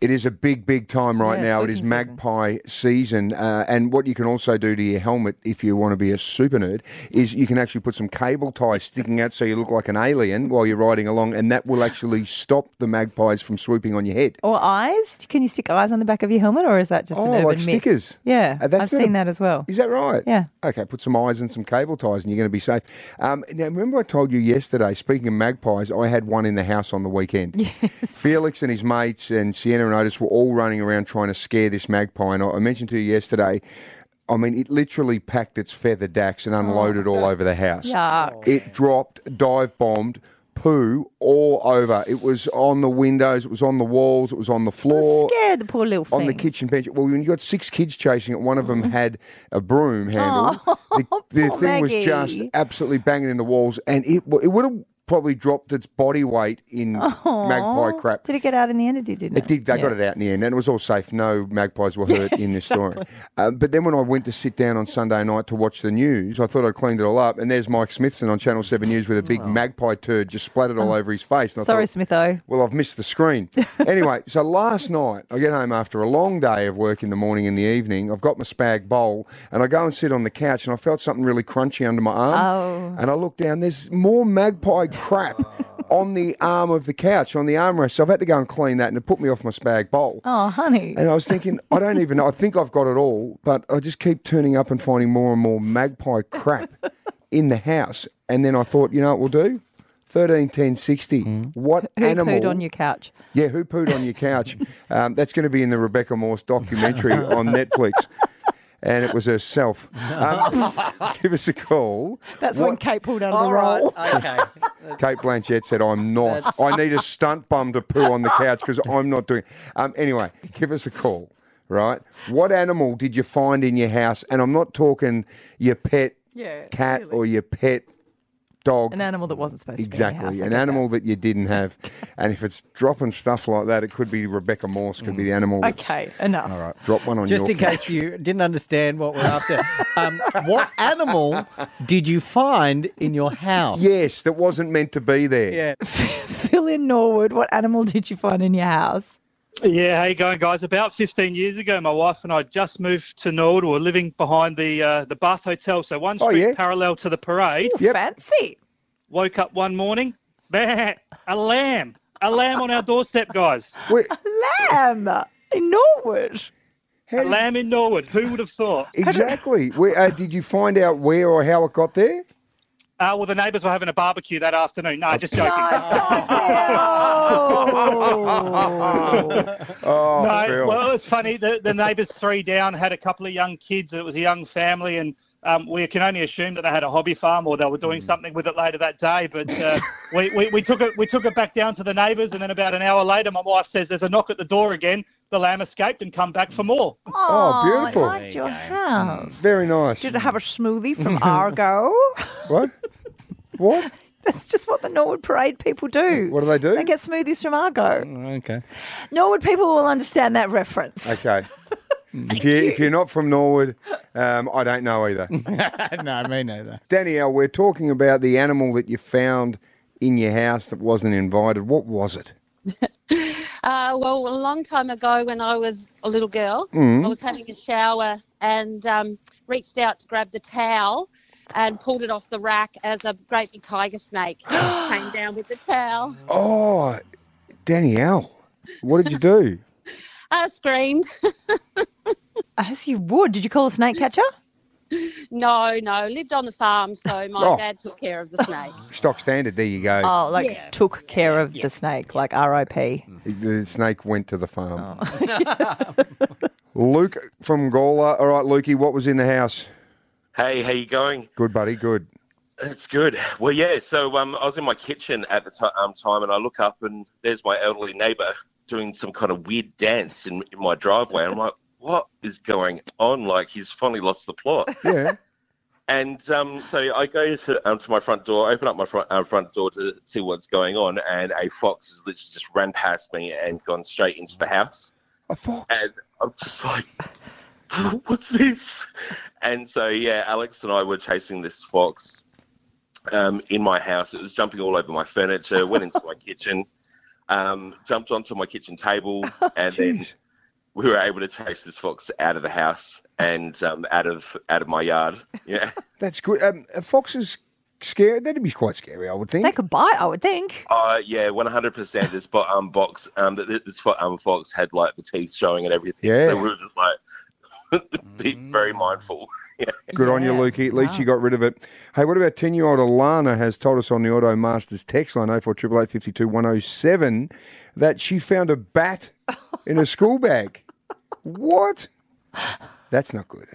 [SPEAKER 2] It is a big, big time right
[SPEAKER 3] Yeah,
[SPEAKER 2] now.
[SPEAKER 3] sleeping
[SPEAKER 2] It is
[SPEAKER 3] season.
[SPEAKER 2] magpie season. Uh, and what you can also do to your helmet, if you want to be a super nerd, is you can actually put some cable ties sticking out so you look like an alien while you're riding along, and that will actually stop the magpies from swooping on your head.
[SPEAKER 3] Or eyes? Can you stick eyes on the back of your helmet, or is that just an
[SPEAKER 2] Oh,
[SPEAKER 3] urban
[SPEAKER 2] like
[SPEAKER 3] myth?
[SPEAKER 2] stickers.
[SPEAKER 3] Yeah,
[SPEAKER 2] Uh, that's
[SPEAKER 3] I've
[SPEAKER 2] not
[SPEAKER 3] seen
[SPEAKER 2] a-
[SPEAKER 3] that as well.
[SPEAKER 2] Is that right?
[SPEAKER 3] Yeah.
[SPEAKER 2] Okay, put some eyes and some cable ties and you're going to be safe. Um, now, remember I told you yesterday, speaking of magpies, I had one in the house on the weekend. Yes. Felix and his mates and Sienna and Otis were all running around trying to scare this magpie. And I, I mentioned to you yesterday, I mean, it literally packed its feather dacks and unloaded all over the house.
[SPEAKER 3] Yuck.
[SPEAKER 2] It dropped, dive bombed, poo all over. It was on the windows, it was on the walls, it was on the floor
[SPEAKER 3] I'm scared, the poor little thing.
[SPEAKER 2] on the kitchen bench. Well, when you got six kids chasing it, one of them had a broom handle. the the
[SPEAKER 3] Oh, poor
[SPEAKER 2] thing was just
[SPEAKER 3] Maggie.
[SPEAKER 2] absolutely banging in the walls, and it w- it would have probably dropped its body weight in magpie crap.
[SPEAKER 3] Did it get out in the end? It did, didn't it?
[SPEAKER 2] It did. They got it out in the end, and it was all safe. No magpies were hurt in this story. Uh, but then when I went to sit down on Sunday night to watch the news, I thought I'd cleaned it all up, and there's Mike Smithson on Channel Seven News with a big magpie turd just splattered all over his face. And I
[SPEAKER 3] Uh-huh. Sorry,
[SPEAKER 2] thought,
[SPEAKER 3] Smitho.
[SPEAKER 2] well, I've missed the screen. anyway, so last night I get home after a long day of work in the morning and the evening. I've got my spag bowl and I go and sit on the couch and I felt something really crunchy under my arm. Oh. And I look down, there's more magpie crap on the arm of the couch, on the armrest. So I've had to go and clean that and it put me off my spag bowl.
[SPEAKER 3] Oh, honey.
[SPEAKER 2] And I was thinking, I don't even know. I think I've got it all, but I just keep turning up and finding more and more magpie crap in the house. And then I thought, you know what we'll do? 13, 10, 60. What
[SPEAKER 3] Mm. Who
[SPEAKER 2] animal?
[SPEAKER 3] pooed on your couch?
[SPEAKER 2] Yeah, who pooed on your couch? um, that's going to be in the Rebecca Morse documentary on Netflix. And it was herself. Um, give us a call.
[SPEAKER 3] That's when
[SPEAKER 2] What-
[SPEAKER 3] Kate pulled out of
[SPEAKER 4] All
[SPEAKER 3] the roll.
[SPEAKER 4] right. Okay.
[SPEAKER 2] Kate Blanchett said, I'm not. I need a stunt bum to poo on the couch because I'm not doing Um, anyway, give us a call, right? What animal did you find in your house? And I'm not talking your pet
[SPEAKER 3] Yeah,
[SPEAKER 2] cat
[SPEAKER 3] really.
[SPEAKER 2] or your pet dog.
[SPEAKER 3] An animal that wasn't supposed to
[SPEAKER 2] Exactly,
[SPEAKER 3] be in your house. I
[SPEAKER 2] an
[SPEAKER 3] get that.
[SPEAKER 2] animal that. you didn't have, and if it's dropping stuff like that, it could be Rebecca Morse, could be the animal. that's-
[SPEAKER 3] Okay, enough.
[SPEAKER 2] all right, drop one on
[SPEAKER 4] Just
[SPEAKER 2] your
[SPEAKER 4] in case you didn't understand what we're after, um, what animal did you find in your house?
[SPEAKER 2] Yes, that wasn't meant to be there.
[SPEAKER 4] Yeah.
[SPEAKER 3] Phil in Norwood, what animal did you find in your house?
[SPEAKER 10] Yeah, how you going, guys? About 15 years ago, my wife and I just moved to Norwood. We were living behind the uh, the Bath Hotel, so one
[SPEAKER 2] Oh,
[SPEAKER 10] street
[SPEAKER 2] yeah?
[SPEAKER 10] parallel to the parade.
[SPEAKER 2] Yep.
[SPEAKER 3] Fancy.
[SPEAKER 10] Woke up one morning, bah, a lamb, a lamb on our doorstep, guys.
[SPEAKER 2] Wait,
[SPEAKER 3] Lamb in Norwood.
[SPEAKER 2] how
[SPEAKER 10] A
[SPEAKER 2] did-
[SPEAKER 10] lamb in Norwood. Who would have thought?
[SPEAKER 2] exactly. Where, uh, did you find out where or how it got there?
[SPEAKER 10] Uh, well, the neighbours were having a barbecue that afternoon. No, just joking.
[SPEAKER 3] Oh.
[SPEAKER 2] Oh,
[SPEAKER 10] No,
[SPEAKER 2] Phil.
[SPEAKER 10] well, it was funny. The, the neighbours three down had a couple of young kids. It was a young family, and um, we can only assume that they had a hobby farm or they were doing something with it later that day. But uh, we, we, we took it we took it back down to the neighbours, and then about an hour later, my wife says there's a knock at the door again. The lamb escaped and come back for more.
[SPEAKER 2] Oh, beautiful. Mm.
[SPEAKER 3] I liked your house.
[SPEAKER 2] very nice.
[SPEAKER 3] Did it have a smoothie from Argo?
[SPEAKER 2] what? What?
[SPEAKER 3] That's just what the Norwood Parade people do.
[SPEAKER 2] What do they do? Mm.
[SPEAKER 3] They get smoothies from Argo.
[SPEAKER 4] Okay.
[SPEAKER 3] Norwood people will understand that reference.
[SPEAKER 2] Okay. If, you, if you're not from Norwood, um, I don't know either.
[SPEAKER 4] no, me neither.
[SPEAKER 2] Danielle, we're talking about the animal that you found in your house that wasn't invited. What was it?
[SPEAKER 11] Uh, well, a long time ago when I was a little girl, I was having a shower and um, reached out to grab the towel and pulled it off the rack as a great big tiger snake came down with the towel.
[SPEAKER 2] Oh, Danielle, what did you do?
[SPEAKER 11] I screamed.
[SPEAKER 3] As you would. Did you call a snake catcher?
[SPEAKER 11] no, no, lived on the farm, so my
[SPEAKER 2] Oh.
[SPEAKER 11] dad took care of the snake.
[SPEAKER 2] Stock standard. There you go.
[SPEAKER 3] Oh, like
[SPEAKER 11] Yeah.
[SPEAKER 3] took care of the snake, like R.I.P.
[SPEAKER 2] The snake went to the farm. Luke from Gawler. All right, Lukey, what was in the house?
[SPEAKER 10] Hey, how you going?
[SPEAKER 2] Good, buddy. Good.
[SPEAKER 10] That's good. Well, yeah. So um, I was in my kitchen at the t- um, time, and I look up, and there's my elderly neighbour doing some kind of weird dance in, in my driveway. I'm like, what is going on? Like he's finally lost the plot.
[SPEAKER 2] Yeah.
[SPEAKER 12] And um, so I go to, um, to my front door, open up my front, uh, front door to see what's going on, and a fox has literally just ran past me and gone straight into the house.
[SPEAKER 2] A fox?
[SPEAKER 13] Uh,
[SPEAKER 12] And I'm just like, what's this? And so, yeah, Alex and I were chasing this fox um, in my house. It was jumping all over my furniture, went into my kitchen, um, jumped onto my kitchen table, and then we were able to chase this fox out of the house and um, out of out of my yard. Yeah.
[SPEAKER 2] That's good. Um, a fox is scary. That'd be quite scary, I would think. They
[SPEAKER 3] could bite, I would think.
[SPEAKER 12] Uh, yeah, one hundred percent. This bo- um, box, um, th- this fo- um, fox had like the teeth showing and everything.
[SPEAKER 2] Yeah.
[SPEAKER 12] So we were just like, be very mindful. Yeah.
[SPEAKER 2] Good on you, Lukey. At least you got rid of it. Hey, what about 10 year old Alana has told us on the Auto Masters text line 0488 107 that she found a bat in a school bag? What? That's not good.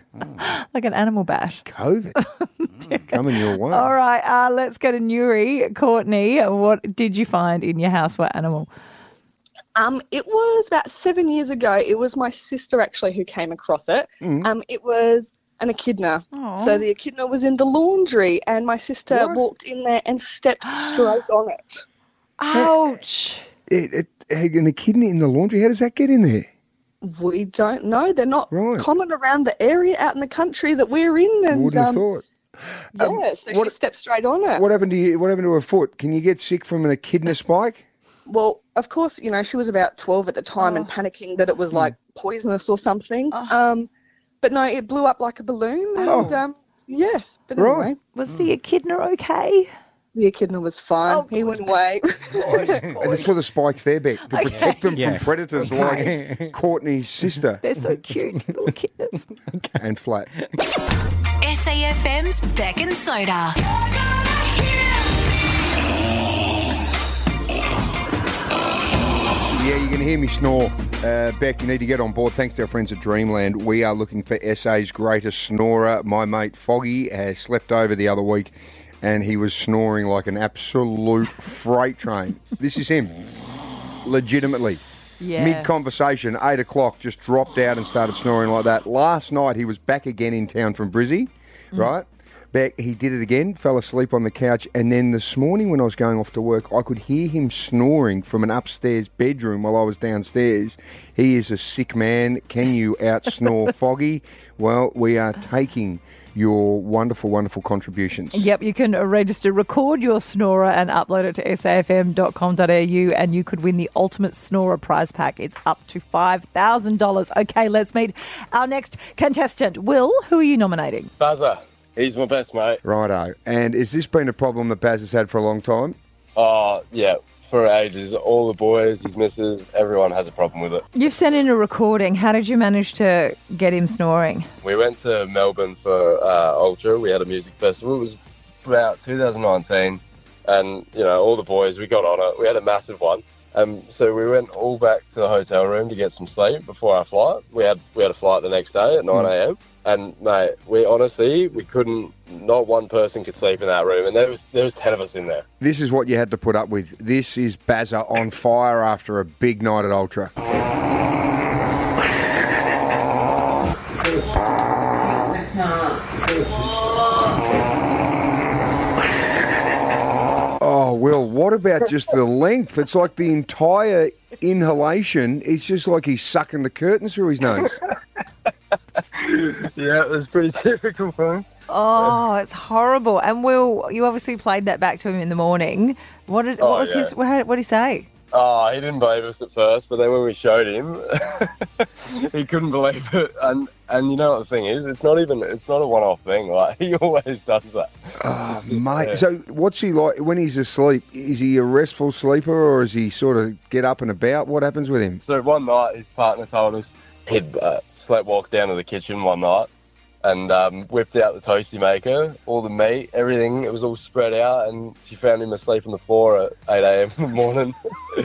[SPEAKER 3] Like an animal bat.
[SPEAKER 2] COVID coming your way.
[SPEAKER 3] All right, uh, let's go to Newry. Courtney, what did you find in your house? What animal?
[SPEAKER 14] Um, it was about seven years ago. It was my sister actually who came across it.
[SPEAKER 15] Mm.
[SPEAKER 14] Um, it was an echidna.
[SPEAKER 15] Aw.
[SPEAKER 14] So the echidna was in the laundry, and my sister
[SPEAKER 15] What?
[SPEAKER 14] walked in there and stepped straight on it.
[SPEAKER 3] Ouch.
[SPEAKER 2] It, it, hey, and a kidney in the laundry, how does that get in there?
[SPEAKER 14] We don't know. They're not
[SPEAKER 2] Right.
[SPEAKER 14] common around the area out in the country that we're in. And,
[SPEAKER 2] Wouldn't have
[SPEAKER 14] um,
[SPEAKER 2] thought. Um,
[SPEAKER 14] Yeah, so she stepped straight on it.
[SPEAKER 2] What happened to you? What happened to her foot? Can you get sick from an echidna spike?
[SPEAKER 14] Well, of course, you know, she was about 12 at the time
[SPEAKER 6] Oh.
[SPEAKER 14] and panicking that it was like poisonous or something. Um, but no, it blew up like a balloon. And
[SPEAKER 2] Oh,
[SPEAKER 14] um, yes, but anyway.
[SPEAKER 3] Was the echidna okay?
[SPEAKER 14] The echidna was fine.
[SPEAKER 15] Oh.
[SPEAKER 14] he went away.
[SPEAKER 2] That's where the spikes there, Beck, to protect them
[SPEAKER 4] Yeah.
[SPEAKER 2] from predators
[SPEAKER 4] Okay.
[SPEAKER 2] like Courtney's sister.
[SPEAKER 3] They're so cute, little kittens.
[SPEAKER 2] and flat.
[SPEAKER 1] SAFM's Beck and Soda.
[SPEAKER 2] Yeah, you can hear me snore. Uh, Beck, you need to get on board. Thanks to our friends at Dreamland. We are looking for SA's greatest snorer. My mate Foggy has slept over the other week and he was snoring like an absolute freight train. This is him, legitimately.
[SPEAKER 16] Yeah.
[SPEAKER 2] Mid conversation, eight o'clock, just dropped out and started snoring like that. Last night, he was back again in town from Brizzy,
[SPEAKER 16] Mm.
[SPEAKER 2] right? Back, he did it again, fell asleep on the couch, and then this morning when I was going off to work, I could hear him snoring from an upstairs bedroom while I was downstairs. He is a sick man. Can you out snore Foggy? Well, we are taking your wonderful, wonderful contributions.
[SPEAKER 3] Yep, you can register, record your snorer, and upload it to safm.com.au, and you could win the ultimate snorer prize pack. It's up to $5,000. Okay, let's meet our next contestant. Will, who are you nominating?
[SPEAKER 13] Buzzer. He's my best mate.
[SPEAKER 2] Righto. And has this been a problem that Baz has had for a long time?
[SPEAKER 13] Oh, yeah. For ages, all the boys, his missus, everyone has a problem with it.
[SPEAKER 3] You've sent in a recording. How did you manage to get him snoring?
[SPEAKER 13] We went to Melbourne for uh, Ultra. We had a music festival. It was about 2019. And, you know, all the boys, we got on it. We had a massive one. Um, so we went all back to the hotel room to get some sleep before our flight. We had we had a flight the next day at 9 a.m. And, mate, we honestly, we couldn't, not one person could sleep in that room. And there was, there was 10 of us in there.
[SPEAKER 2] This is what you had to put up with. This is Bazza on fire after a big night at Ultra. Oh, well, what about just the length? It's like the entire inhalation. It's just like he's sucking the curtains through his nose.
[SPEAKER 13] yeah, it was pretty difficult for him.
[SPEAKER 3] Oh, it's horrible. And Will, you obviously played that back to him in the morning. What did,
[SPEAKER 13] Oh,
[SPEAKER 3] what was
[SPEAKER 13] yeah.
[SPEAKER 3] his? What did he say?
[SPEAKER 13] Oh, he didn't believe us at first, but then when we showed him, he couldn't believe it. And and you know what the thing is, it's not even it's not a one-off thing. Like he always does that.
[SPEAKER 2] Oh, mate. So, what's he like when he's asleep? Is he a restful sleeper or is he sort of get up and about? What happens with him?
[SPEAKER 13] So one night, his partner told us he'd uh, slept walk down to the kitchen one night and um, whipped out the toasty maker, all the meat, everything. It was all spread out, and she found him asleep on the floor at 8 a.m. in the morning.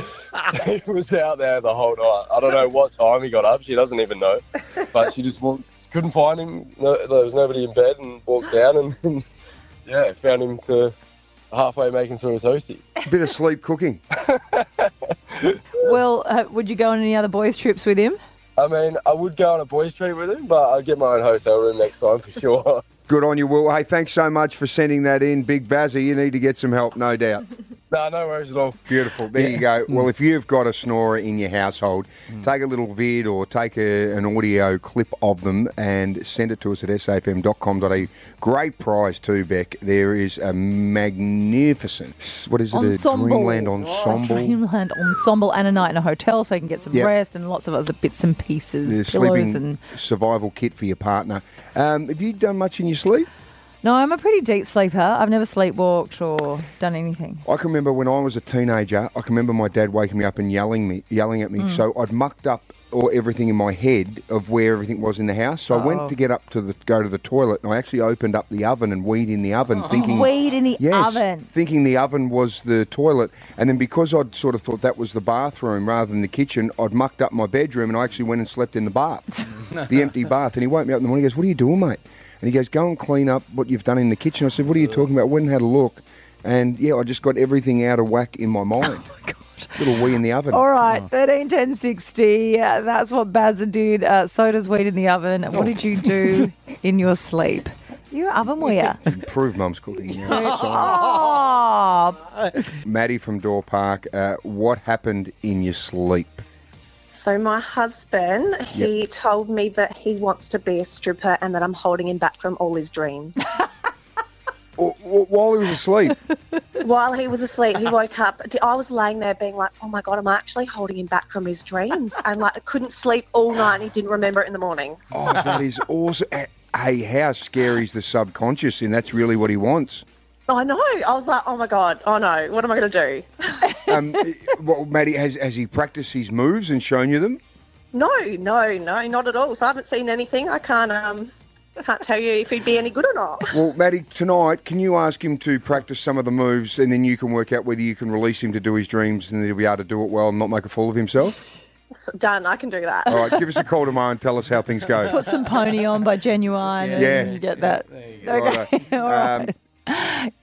[SPEAKER 13] he was out there the whole night. I don't know what time he got up. She doesn't even know, but she just walked, couldn't find him. No, there was nobody in bed, and walked down and yeah, found him to halfway making through a toasty.
[SPEAKER 2] Bit of sleep cooking.
[SPEAKER 3] Will, uh, would you go on any other boys' trips with him?
[SPEAKER 13] I mean, I would go on a boys' trip with him, but I'd get my own hotel room next time for sure.
[SPEAKER 2] Good on you, Will. Hey, thanks so much for sending that in. Big Bazzy, you need to get some help, no doubt.
[SPEAKER 13] No, no worries at all.
[SPEAKER 2] Beautiful. There you go. Well, if you've got a snorer in your household, take a little vid or take a, an audio clip of them and send it to us at safm.com.au. Great prize too, Beck. There is a magnificent, what is it, a Dreamland ensemble?
[SPEAKER 3] Oh, Dreamland ensemble, and a night in a hotel so you can get some
[SPEAKER 2] Yep.
[SPEAKER 3] rest and lots of other bits and pieces,
[SPEAKER 2] The
[SPEAKER 3] pillows
[SPEAKER 2] sleeping
[SPEAKER 3] and.
[SPEAKER 2] survival kit for your partner. Um, have you done much in your sleep?
[SPEAKER 3] No, I'm a pretty deep sleeper. I've never sleepwalked or done anything.
[SPEAKER 2] I can remember when I was a teenager. I can remember my dad waking me up and yelling me, yelling at me.
[SPEAKER 3] Mm.
[SPEAKER 2] So I'd mucked up all everything in my head of where everything was in the house. So I
[SPEAKER 3] Oh.
[SPEAKER 2] went to get up to the go to the toilet, and I actually opened up the oven and weed in the oven, thinking
[SPEAKER 3] Oh. Weed in the
[SPEAKER 2] Yes,
[SPEAKER 3] oven.
[SPEAKER 2] thinking the oven was the toilet. And then because I'd sort of thought that was the bathroom rather than the kitchen, I'd mucked up my bedroom and I actually went and slept in the bath, the empty bath. And he woke me up in the morning. He goes, "What are you doing, mate?" And he goes, "Go and clean up what you've done in the kitchen." I said, "What are you talking about?" Went and had a look, and yeah, I just got everything out of whack in my mind. Oh my god! Little wee in the oven.
[SPEAKER 3] All right, 13, 10, 60. Uh, that's what Bazza did. Uh, so does weed in the oven. What did
[SPEAKER 2] Oh.
[SPEAKER 3] you do in your sleep? You oven weir.
[SPEAKER 2] Improve mum's cooking. Yeah, sorry.
[SPEAKER 3] Oh.
[SPEAKER 2] Maddie from Door Park, uh, what happened in your sleep?
[SPEAKER 15] So my husband, he told me that he wants to be a stripper and that I'm holding him back from all his dreams.
[SPEAKER 2] W- w- while he was asleep.
[SPEAKER 15] While he was asleep, he woke up. I was laying there being like, oh my God, am I actually holding him back from his dreams? And like, I couldn't sleep all night and he didn't remember it in the morning.
[SPEAKER 2] Oh, that is awesome. A- Hey, how scary is the subconscious? And that's really what he wants.
[SPEAKER 15] I know. I was like, oh my God, oh no, what am I going to do?
[SPEAKER 2] Um, well, Maddie, has, has he practiced his moves and shown you them?
[SPEAKER 15] No, no, no, not at all. So I haven't seen anything. I can't, um, I can't tell you if he'd be any good or not.
[SPEAKER 2] Well, Maddie, tonight, can you ask him to practice some of the moves and then you can work out whether you can release him to do his dreams and he'll be able to do it well and not make a fool of himself?
[SPEAKER 15] Done. I can do that.
[SPEAKER 2] All right, give us a call tomorrow and tell us how things go.
[SPEAKER 3] Put some pony on by Genuine
[SPEAKER 2] Yeah.
[SPEAKER 3] and you get that. Okay.
[SPEAKER 2] Righto. Um,
[SPEAKER 3] All right.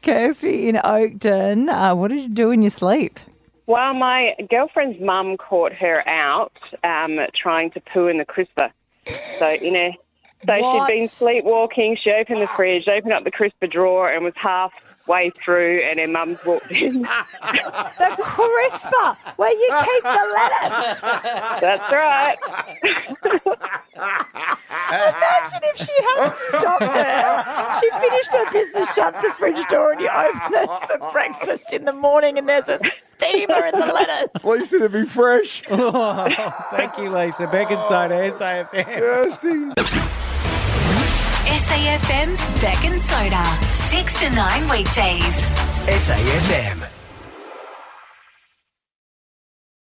[SPEAKER 3] Kirsty in Oakden, uh, what did you do in your sleep?
[SPEAKER 16] Well, my girlfriend's mum caught her out um, trying to poo in the crisper. So, you know, so
[SPEAKER 17] What?
[SPEAKER 16] she'd been sleepwalking. She opened the fridge, opened up the crisper drawer, and was halfway through, and her mum's walked in.
[SPEAKER 3] The crisper, where you keep the lettuce.
[SPEAKER 16] That's right.
[SPEAKER 3] Imagine if she hadn't stopped her. She finished her business, shuts the fridge door, and you open it for breakfast in the morning, and there's a steamer in the lettuce.
[SPEAKER 2] At least it'll be fresh.
[SPEAKER 4] thank you, Lisa. Beckinside, SAFM.
[SPEAKER 1] SAFM's Beck and Soda, 6 to 9 weekdays.
[SPEAKER 5] SAFM.